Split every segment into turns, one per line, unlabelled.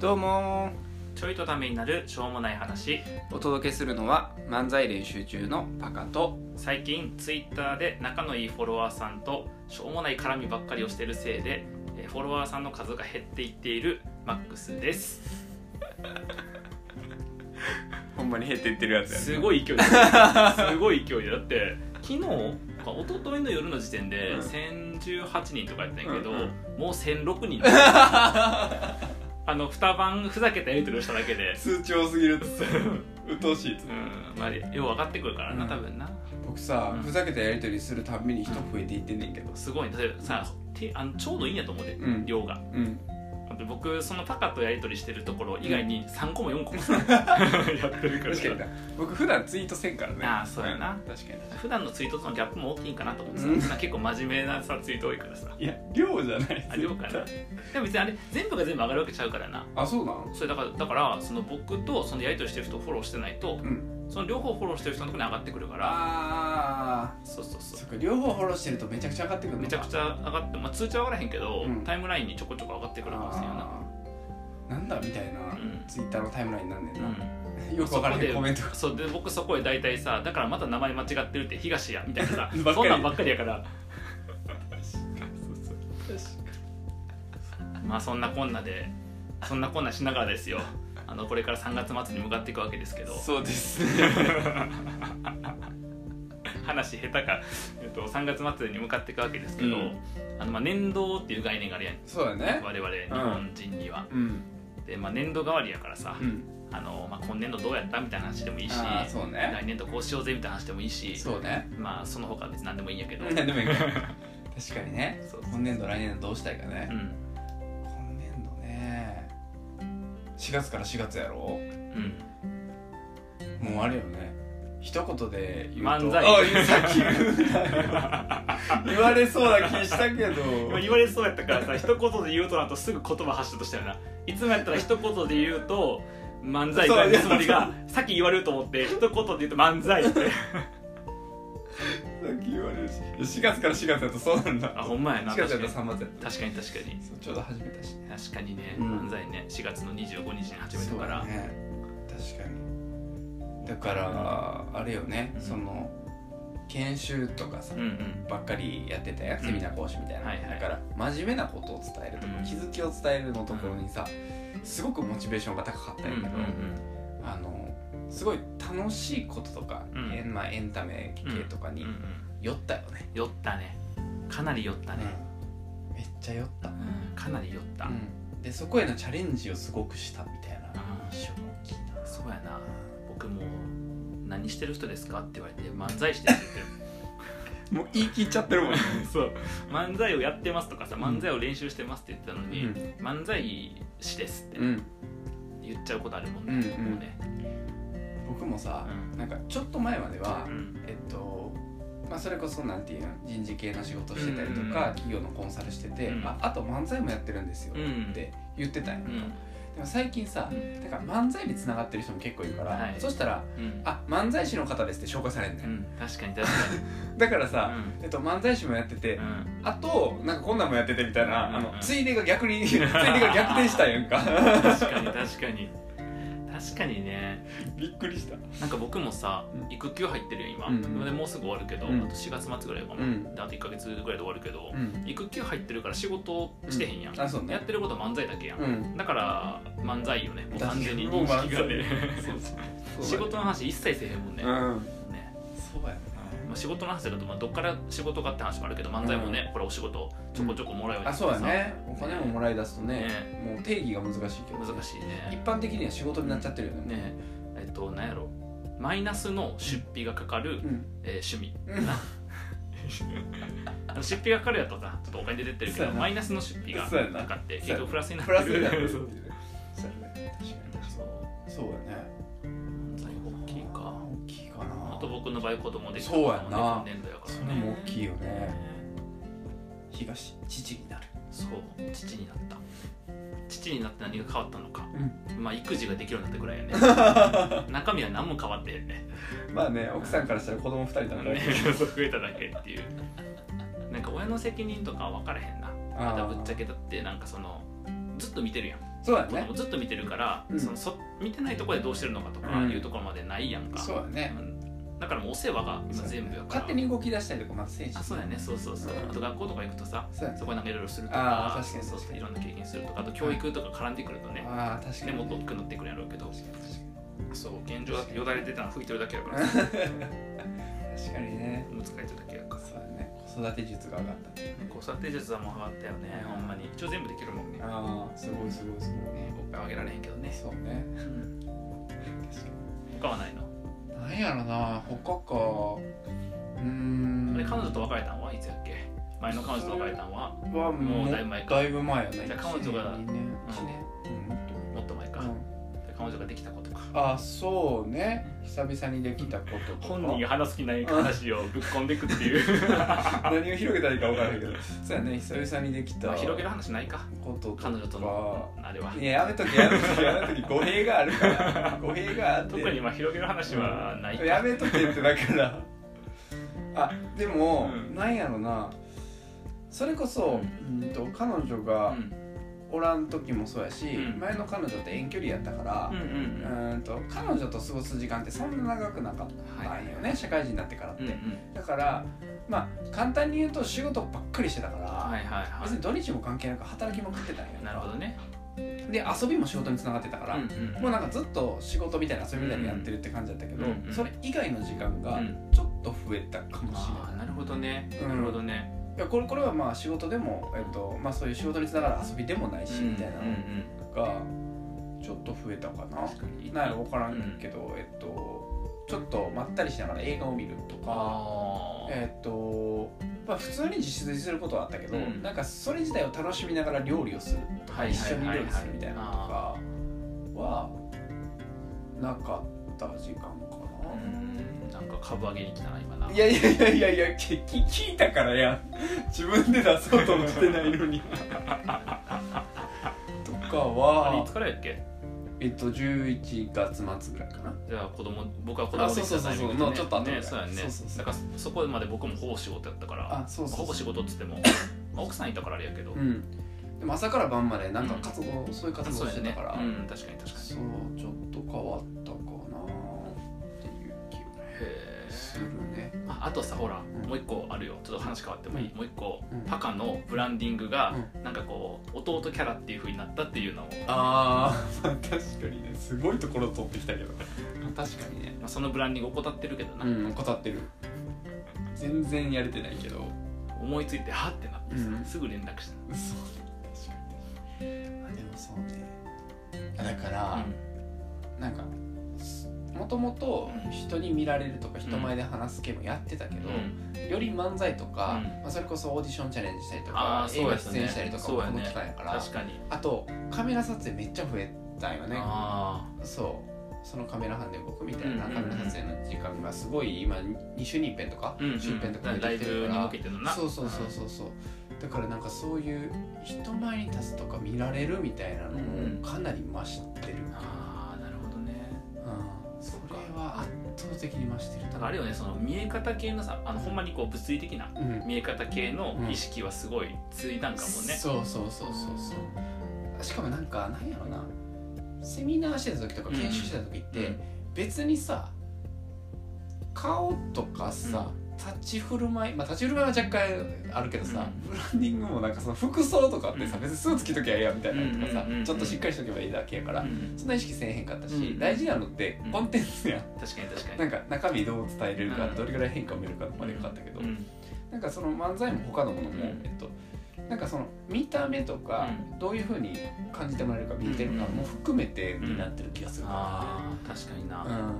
どうも
ちょいとためになるしょうもない話
お届けするのは漫才練習中のパカと
最近ツイッターで仲のいいフォロワーさんとしょうもない絡みばっかりをしてるせいでえーフォロワーさんの数が減っていっているマックスです
ほんまに減ってってるや
すごい 勢いだすごい勢いだだって昨日か一昨日の夜の時点で
うん
1018人とかやったんやけど、
うんうん
もう1006人 あの二晩ふざけたやり取りをしただけで
通帳すぎるっ つってうとうしいっつっ
うんまあよう分かってくるからな、
うん
多分な
僕さ
うん
ふざけたやり取りするたんびに人増えていってんねんけど
すごいねだってさてあのちょうどいいんやと思うで、
うん
量が
うん
で僕そのパカとやり取りしてるところ以外に3個も4個も やってるから
確かにな僕普段ツイートせんからね
あーそうやなん
確かに
普段のツイートとのギャップも大きいんかなと思ってさ、
うん
結構真面目なさツイート多いからさ
いや量じゃない
あ量かなでも別にあれ全部が全部上がるわけちゃうからな
あそうなの
それだからだからその僕とそのやり取りしてる人をフォローしてないと
うん
その両方フォローしてる人のところに上がってくるから
ああ
そうそうそ
そっか両方フォローしてるとめちゃくちゃ上がってくる
う
の
めちゃくちゃ上がって、まあ、通知は上がらへんけど、
うん
タイムラインにちょこちょこ上がってくるかもしれんよな
あーなんだみたいな、
ん
ツイッターのタイムラインになんねんな、
うん
よくわから
そ
へ
こ
ん
で
コメントが
そうで僕そこへ大体さだからまた名前間違ってるって東やみたいなさ
ばっかり
そんなんばっかりやからまあそんなこんなでそんなこんなしながらですよあのこれから3月末に向かっていくわけですけど
そうです
話下手か、えっと、3月末に向かっていくわけですけど、
うん
あのまあ年度っていう概念があるやん
そうだね
我々日本人には、
うん
で、まあ、年度代わりやからさ、
うん
あのまあ、今年度どうやったみたいな話でもいいし
ああそうね
来年度こうしようぜみたいな話でもいいし
そうね
まあその他は別に何でもいいんやけど、
何でもいいから確かにね
そう
今年度来年度どうしたいか
う
ね、
ん
今年度ね4月から4月やろ
うん
もうあれよね一言で言うと
漫才
あ言うさっき言うなよ言われそうな気したけど
今言われそうやったからさ一言で言うとなとすぐ言葉発射としたよないつもやったら一言で言うと漫才
そう
のつもりがさっき言われると思って一言で言うと漫才って
さっき言われるし4月から4月だとそうなんだ
あほんまやな
4月
確
だ
か
と
に
3月やっ
確かに確かに
たちょうど始めたしね
確かにね、
うん
漫才ね4月の25日に始めたから
そうだね確かにだからあれよね、
うん
その研修とかさ、
うんうん
ばっかりやってたやん
うん
セミナー講師みたいな、
はいはい
だから真面目なことを伝えるとか、
うん
気づきを伝えるのところにさすごくモチベーションが高かった
うんん
や
う
け
ん
ど、あのすごい楽しいこととか、
うん
えまあ、エンタメ系とか
うんうんう
に
ん
酔ったよね、
酔ったねかなり酔ったね、
うんめっちゃ酔った、
うんかなり酔った、
うんでそこへのチャレンジをすごくしたみたいな印象も大きいな、
そうやな僕も「何してる人ですか?」って言われて「漫才してる」って言って
もう言い切っちゃってるもんね、
そう漫才をやってますとかさ漫才を練習してますって言ってたのに、漫才師ですって
うん、
言っちゃうことあるもんね、
うんうん
もうね
僕もさ、
うん
なんかちょっと前までは
う、ん
えっとまあ、それこそなんていうの人事系の仕事してたりと
うんうんうん
か、企業のコンサルしてて、
うん
ああと漫才もやってるんですよ
うん
って言ってたんやん
う
か、
ん
でも最近さ、
うん
だから漫才につながってる人も結構いるから、
はい
そしたら
うん
「あ漫才師の方です」って紹介されんね、
うんん確かに確かに
だからさ、
うん
えっと、漫才師もやってて、
うん
あとなんかこんなんもやっててみたいな、
うん
あのついでが逆 についでが逆転したんやんか
確かに確かに確かにね
びっくりした
なんか僕もさ
うん
育休入ってるよ今、
うんうん
でもうすぐ終わるけど、
うん
あと4月末ぐらいかも、
うん
であと1か月ぐらいで終わるけど
う、ん
育休入ってるから仕事してへんやん、
あそう
や
ね
ってることは漫才だけやん、
うん
だから漫才よねもう完全に
確
認
か
識
に
がね
そうそうそう
仕事の話一切せえへんもんね,、
うん
ね
そうやね
まあ、仕事の話だとまあどっから仕事かって話もあるけど漫才もね、
う
これお仕事ちょこちょこもらうように
あ
なって
そう
さ
やねお金ももらい出すとね
ね
もう定義が難しいけど、
難しい
一
ね
般的には仕事になっちゃってるよね
ねえっとなんやろマイナスの出費がかかる、
うん
えー趣味
うん
あの出費がかかるやとさちょっとお金で出てるけ
そう
ど
やな
マイナスの出費が
そうやな
かかって
そうや
結局プラスになっ
プ
て
ラスになる
る
そ
そうう
やね確かに確か
そう
にそうやね
漫才大きいか
大きいかな
あと僕の場合子供できた
そうやな
今年度やからね
それも大きいよね
ね
東父になる
そう父になった父になって何が変わったのか、
う
まあ育児ができるようになったぐらいやね 中身は何も変わってへんね
まあね奥さんからしたら子供二人だから
ねそう増えただけっていうなんか親の責任とかは分からへんなまだぶっちゃけだってなんかそのずっと見てるやん
そうだ
とか
ね
もずっと見てるから、
うん
そのそ見てないところでどうしてるのかとか
うん
いうところまでないやんか、
そうだね
うんだからもうお世話が今全部やから
勝手に動き出したりとかまあ選手
あそうだよねそうそうそう、
うん
あと学校とか行くとさ
そうだね
そこになんかいろいろすると
あ
か
ー確かに
そう
確
そ
か
う
に
いろんな経験するとかあと教育とか絡んでくるとね、
ああ確か
で
に
もっ
ね
と大きくなってくるんやろうけど
確かに確かに
そう現状だってよだれ出たの吹いてるだけや からさ
確かにね
おむつ替えてるだけやから
そうだね子育て術が上がった
子育て術はもう上がったよねほんまに一応全部できるもんねね
ああすごいすごいすごいね
おっぱいはあげられへんけどね
そうね
うん
確か
他はないの
になんやろな他かうーん
あれ彼女と別れたんはいつやっけ前の彼女と別れたんは
はも
も
う
う
だ
だ
い
い
ぶ前
ぶ前
か
か
だいぶ前やね
じゃあ彼女が
1年1年うんもっと
もっと前か、
うん
彼女ができたことか
あそうね久々にできたこととか
本人が話す気ない話をぶっ込んでいくっていう
何を広げたらいいか分からへんけどそうやね久々にできた
まあ
こと
広
と
げる話ないか
か
彼女とのあれはい
ややめときやめときやめとき語弊があるから語弊があって
特にまあ広げる話はないか
やめとけってだ からあでも、
うん
なんやろなそれこそ、うん、と彼女が
うん
おらん時もそうやし、
うん
前の彼女って遠距離やったから
うんう、
うんん、と彼女と過ごす時間ってそんな長くなかったんよね、社会人になってからって、
うんうんうん
だからまあ簡単に言うと仕事ばっかりしてたから、
はいはいは
別に土日も関係なく働きまくってたんよ
いなるほどね
で遊びも仕事につながってたから、
うんうん
もうなんかずっと仕事みたいな遊びみたいにやってるって感じだったけど、
うんうん
それ以外の時間が
うん
ちょっと増えたかもしれない
ああなるほどね
うん
なるほどね
いやこれこれはまあ仕事でも、えっとまあ、そういう仕事につながる遊びでもないし、みたいな
うんう
の
ん
がちょっと増えたかな。
確かに
なんやろ分からんけど、えっと、ちょっとまったりしながら映画を見るとか。
あ
えっとまあ、普通に自炊することはあったけど、
うん
なんかそれ自体を楽しみながら料理をする
あはい
一
はい
緒に
は
料
い
理
は
す
い
るみたいなのと
あ
かはなかった時間か
あうんなんか株上げに来たな今な
な、いやいやいやいやいやきき聞いたからやん自分で出そうともしてないの にとか
あれい
は
つからやっけ
えっと11月末ぐらいかな
じゃあ子供僕は子
あ
供
そ
で
う
き
そう
た
そうそ
タイミ
う
ング
の
ね
ちょっと後ぐら
ね
い
そうやんね
そうそうそう
だからそこまで僕もほぼ仕事やったから
あそうそう
ほ
そ
ぼ
う
仕事っつってもまあ奥さんいたからあれやけど
うんでも朝から晩までなんか活動、そういう活
そう
動
や
してた
ね
から、
うん確かに確かに
そうちょっと変わったかなっていう気が
へ
す
え
るね
ああとさほら、
ん
もう一個あるよちょっと話変わってもいい、
う
もう一個、
うん
パカのブランディングが、
う
なんかこう弟キャラっていう風になったっていうのを、ま
あー、まあ確かにねすごいところ取ってきたけど確かにね
あ、そのブランディング怠ってるけどな、
うん怠ってる全然やれてないけど
思いついてはってなってさ、
うん
すぐ連絡した、
嘘確かにあでもそうねあだから、なんかもともと
うん
人に見られるとか人前で話す系もやってたけど、
うん
より漫才とか、
うん
まあ、それこそオーディションチャレンジしたりと
あ
か
ー
映
そう
画
やった
出
ね
演したりとか
そう
も
や
この
ね
期間やから
確かに
あとカメラ撮影めっちゃ増えたんよね
あ
そうそのカメラ班で動くみたいな
うんうん
カ
うん
メラ撮影の時間がすごい今2週に1遍とか
あうん、うん、
週遍とか
ライ
出てきて
ブ
る
に
か
向けてのな
らそうそうそうそうそうだからなんかそういう人前に立つとか見られるみたいなの
うん
もかなり増してる
ああなるほどね
うんそ
そうか
れは圧倒的に増してる
だからあれよねその見え方系のさあのほんまにこう物理的な
うん
見え方系の意識はすごいついたんかもね、
そうそうそうそうそうしかもなんかなんやろなセミナーしてた時とか
うんうん
研修してた時って、
うん
別にさ顔とかさ、立ち振る舞いまあ立ち振る舞いは若干あるけどさ、ブランディングもなんかその服装とかってさ、
うん
別にスーツ着ときゃええやみたいなのとかさ、
うんうんうんうん
ちょっとしっかりしとけばいいだけやから、
うん
そんな意識せえへんかったし、
うん
大事なのって
うん
コンテンツやん、
確かに確かに
なんか中身どう伝えれるか、
うん
どれぐらい変化を見るかまでかかったけど、
うん
なんかその漫才も他のものも、
うん
えっとなんかその見た目とか、どういうふうに感じてもらえるか見てるかも含めてになってる気がするか
あー確かにな、
らね、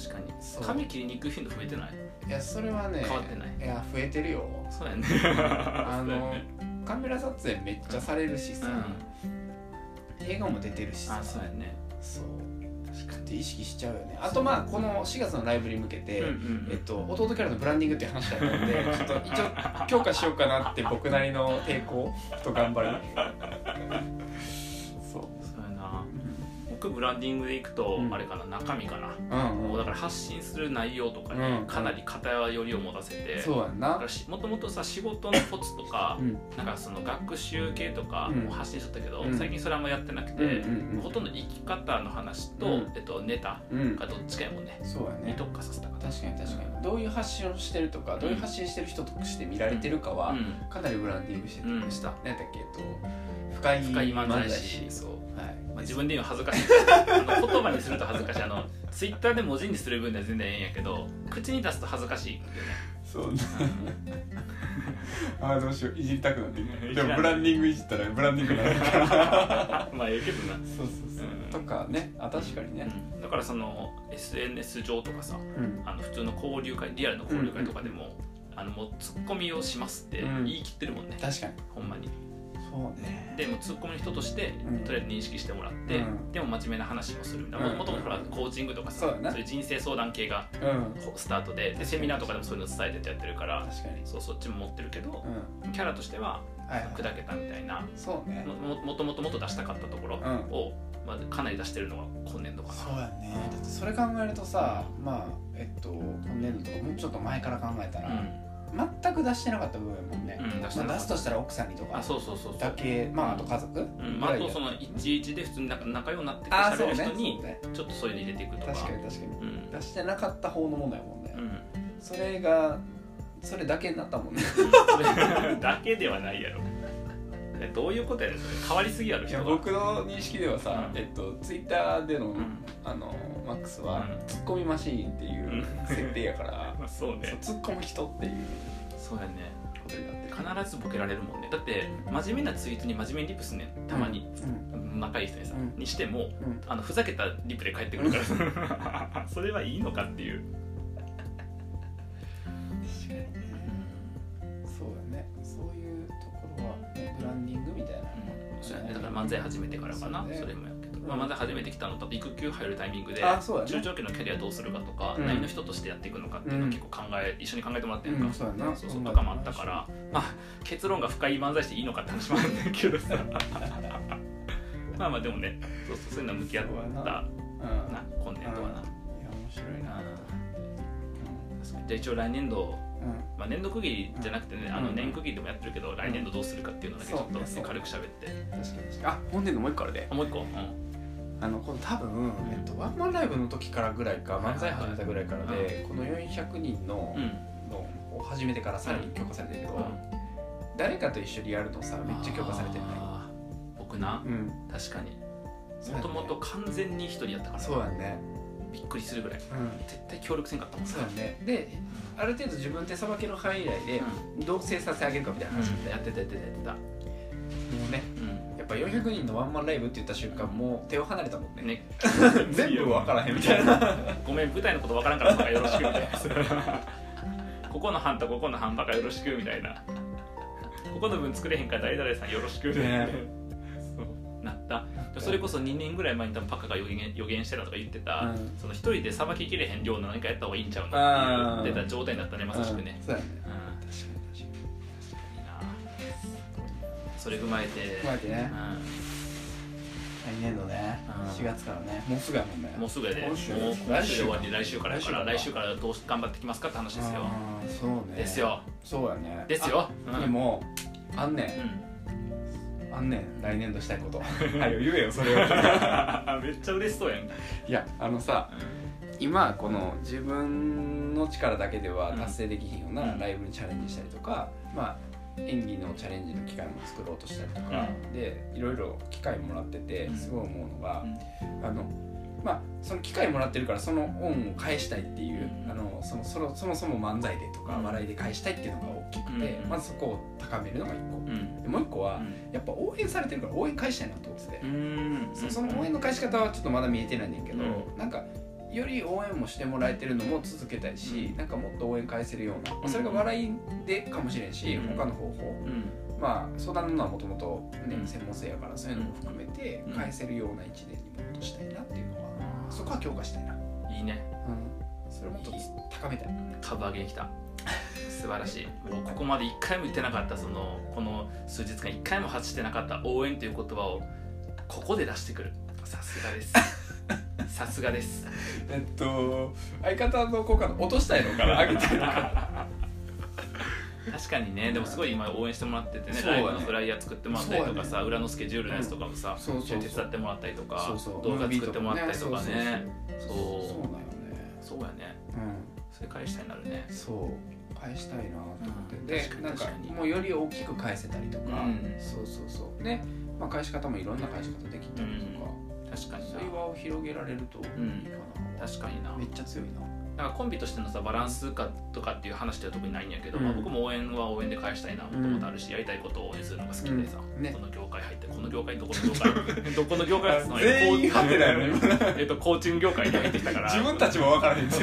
確かに
そう
髪切りに行く頻度増えてない
うんいやそれはね
変わってない
いや増えてるよ
そうやね
あ
そうや
の
ね
カメラ撮影めっちゃされるし
う
さ、
ん
映画も出てるしさ
あそうやね
そう
確か
って意識しちゃうよねあとまあこの4月のライブに向けて、
にうん
えっと、弟キャラのブランディングっていう話だったのでちょっと一応強化しようかなって僕なりの 抵抗と頑張りそう
そうやなくブランディングでいくと、
うん
あれかな中身かな、
うん
もう
う
だ
ん
から発信する内容とか
うん
にかなり偏りを持たせて、
そうやんな
もともとさ仕事のコツとか
う、ん
なんかその学習系とか
うん
も発信しとったけど、
うん
最近それあんまやってなくて、
うんうん
ほとんど生き方の話と、
うん
えっと、ネタ
うんうん
がどっちかやもんね
そうや
に
ね
特化させたか
確かに確かにどういう発信をしてるとかどういう発信してる人として見られてるか
ら、
は
うん、
かなりブランディングして
うん
てした何だっけえっと深い
深い漫才師
漫
そう、
才はい
まあ、自分で言うの恥ずかしいあの言葉にすると恥ずかしいあのツイッターで文字にする分では全然ええんやけど口に出すと恥ずかしい よね
そうねあーどうしよういじりたくなってきた
いじ
で
らん
もブランディングいじったらブランディングになるから
まあええけどな
そうそうそう、
うん
とかねあ確かにね
うんだからその SNS 上とかさ
うん
あの普通の交流会リアルの交流会とかでも、あのもうツッコミをしますって
うん
言い切ってるもんね、
確かに
ほんまに
そうね
でもうツッコミの人として
うん
とりあえず認識してもらって、
うん
でも真面目な話もするみたいな
うん
もともとほらコーチングとかさ
そうやな
いう人生相談系が
うん
こうスタートででセミナーとかでもそういうの伝えててやってるから
確かに
そうそっちも持ってるけど
うん
キャラとしては
はいはい
砕けたみたいな
そうね
もももともともっと出したかったところを、まあ、かなり出してるのが今年度か
そうやねだってそれ考えるとさまあえっと今年度とかもうちょっと前から考えた
な、
ら、
うん
全く出してなかった部分やもんね、
うん、出してな
ま
か
あ、出
っ
す
た
としたら奥さんにとか
あそうそうそうそう
だけまああと家族
うん
ぐ
まあ、
ら
あ
いや
とその1日で普通に仲仲良くなってく
あー
るしゃ
そう
べ
ねそ
る人
う
に
ね
ちょっとそういうの入れていくとか
確かに確かに
うん
出してなかった方のものやもんね、
うん
それがそれだけになったもんね
だけではないやろどういうことやねんそれ変わりすぎやろ
い
人
や
が
僕の認識ではさ、
うん
えっとツイッターでの、
うん
あのマックスは、
うん
ツッコミマシーンっていううん設定やから、
まあ、そう
そう
ね
ツッコむ人っていう
そうやね
ことになってる
必ずボケられるもんねだって真面目なツイートに真面目にリプすんねんたまに、
うん
仲いい人にさ、
うん
にしても
うん
あのふざけたリプで返ってくるから それはいいのかっていう
確かにねそうだねそういうところは、ね、ブランディングみたいな
そうやね、だから漫才始めてからかな
そう
そ,、
ね
れもやけど、
うん
まあ、漫才始めてきたのと育休入るタイミングで
あそうやね
中長期のキャリアどうするかとか、
うん
何の人としてやっていくのかっていうのを結構考え、一緒に考えてもらってるのか、
うんそうやな
そうそうとかもあったから、まあ、結論が深い漫才していいのかって話もあるんだけど さまあまあでもねそうそうそういうの向き合っ
そうや
た
な
な
うんいや
今年度はな、
面白いな
確かにじゃあ一応来年度
うん、うん
まあ、年度区切りじゃなくてね、
うん
あの年区切りでもやってるけど、来年度どうするかっていうのだけちょっと、
そうねそう
軽く喋って
確かに確かにあ本年のもう一個あるで
あもう一個、うん
あのこの多分、えっと、ワンマンライブの時からぐらいか
はいはい
漫才始めたぐらいからで、この400人の,、
うん
のを始めてからさらに強化されてるけど、
うん
誰かと一緒にやるのさめっちゃ強化されてない
あー僕な
うん
確かに
そうや
も
ね
ともと完全に一人やったから
そうやね
びっくりするぐらい
うん
絶対協力せんかったもん
そうやねである程度自分手さばきの範囲内で
う
どう制させてあげるかみたいな話
ん、
で
やってたやってたやってた、
もうね
う
やっぱ400人のワンマンライブって言った瞬間もう手を離れたもんね
んね
全部分からへんみたいな
ごめん舞台のことわからんからなんかよろしくみたい なここの班とここの班ばかよろしくみたいなここの分作れへんから誰々さんよろしくみたいな、
ね
そうなったでそれこそ2年ぐらい前に多分パカが予言予言してたとか言ってた、
うん
その一人でさばききれへん量の何かやった方がいいんちゃうのって言ってた状態になったねまさしくね
うん、そうやね
うん
確かに確かに
いいなそれ踏まえて、
踏まえてね来年度ね
うん
4月からねもうすぐやもんね
うんもうすぐやで、もう
今週
今週で終わりで来
来
週
週
か
からら
やから来
来
週
週
からどうし頑張ってきますかって話ですよ。
あーそうね
ですよ、
そうやね
ですよ。う
あで
ん
もあん
う
ね
ん
んあんねん来年度したい ことはい言えよそれを
めっちゃ嬉しそうやん。
いやあのさ今この自分の力だけでは達成できひんような
うん
ライブにチャレンジしたりとか、まあ、演技のチャレンジの機会も作ろうとしたりとか、でいろいろ機会もらってて
うん
すごい思うのが、
うん
あのまあその機会もらってるからその恩を返したいっていう、
うん
あのそのそのそもそも漫才でとか
うん
笑いで返したいっていうのが大きくて、
うん
まずそこを高めるのが1個
うんうん
でもう1個は、
う
やっぱ応援されてるから応援返したいなと思ってて。
ん
そその応援の返し方はちょっとまだ見えてないねんけど、
う
なんかより応援もしてもらえてるのも続けたいし、
うん
なんかもっと応援返せるような、まあ
うん
それが笑いでかもしれんし、
うん
他の方法
うん
まあ相談のはもともと
うん
専門性やからそういうのも含めて
うん
返せるような1年にもっとしたいなっていうのは、そこは強化したいな、
いいね。
それをもっと高めたい
株上げに来た。素晴らしい。もうここまで一回も言ってなかったそのこの数日間一回も発してなかった応援という言葉をここで出してくる。さすがです さすがです
えっと相方の好感度落としたいのかな上げたいのか
確かにねでもすごい今応援してもらっててね
そうやね
ライブのフライヤー作ってもらったりとか
そ
さ、裏のスケジュールのやつとかもさ、
そうそうそう
手伝ってもらったりとか
そうそう
動画作ってもらったり
そ
とかね
う
そう
そうなんよね
そうやね
う
それ返したになるね
んそう返したいなと思って、
うん
で
確かに
なんか
確かに
もうより大きく返せたりとか、
うん
そうそうそうね、まあ、返し方もいろんな返し方できたりとか、
確かに
そ
な
ういう輪を広げられるといいかな、
確かにな
めっちゃ強いな
なんかコンビとしてのさバランスかとかっていう話では特にないんやけど、
うん
まあ、僕も応援は応援で返したいなもともとあるし、やりたいことを応援するのが好きでさ、
うんね
この業界入ってこの業界どこの 業界どこの業界 っつうのは
全員ハテナやろ
えっとコーチング業界に入ってきたから
ちも分からへんし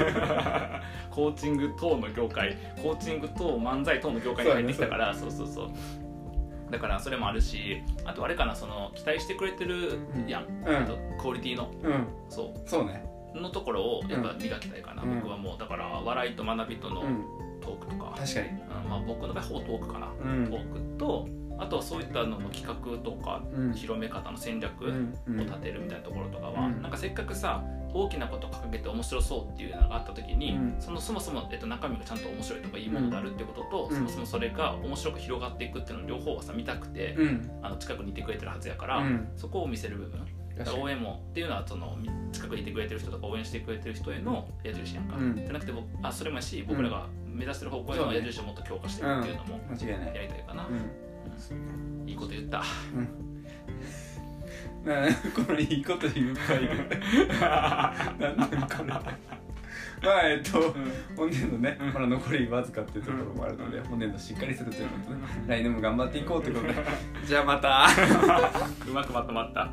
コーチング等の業界コーチング等漫才等の業界に入ってきたからそう,、そうそうだからそれもあるしあとあれかなその期待してくれてるやん、
うん
えっとクオリティの
うん
そ
そうね
うのところをやっぱ磨きたいかな、
うん
僕はもうだから笑いと学びとの
うん
トークとか、
確かに
うんまあ、僕の場合ほぼトークかな、
う
ト
ん
ークとあとはそういったのの企画とか
うん
広め方の戦略、
うんうん
を立てるみたいなところとかは、
うん
なんかせっかくさ大きなこと掲げて面白そうっていうのがあった時に、
うん
そのそもそも、えっと、中身がちゃんと面白いとかいいものがあるってことと、
うん
そもそもそれが面白く広がっていくっていうのを両方はさ見たくて、
うん
あの近くにいてくれてるはずやから、
うん
そこを見せる部分だから応援もっていうのはその近くにいてくれてる人とか応援してくれてる人への矢印やんか、
うん
じゃなくて僕あそれもやし僕らが目指してる方向へ
そう
の
ね
矢印をもっと強化していくっていうのも
間違いない
やりたいかな、
うん
いいこと言った
なこれいいこと言うかいなんなんこれまあえっと 本年度ねまだ残りわずかっていうところもあるので本年度しっかりするということで来年も頑張っていこうということでじゃあまた
うまくまとまった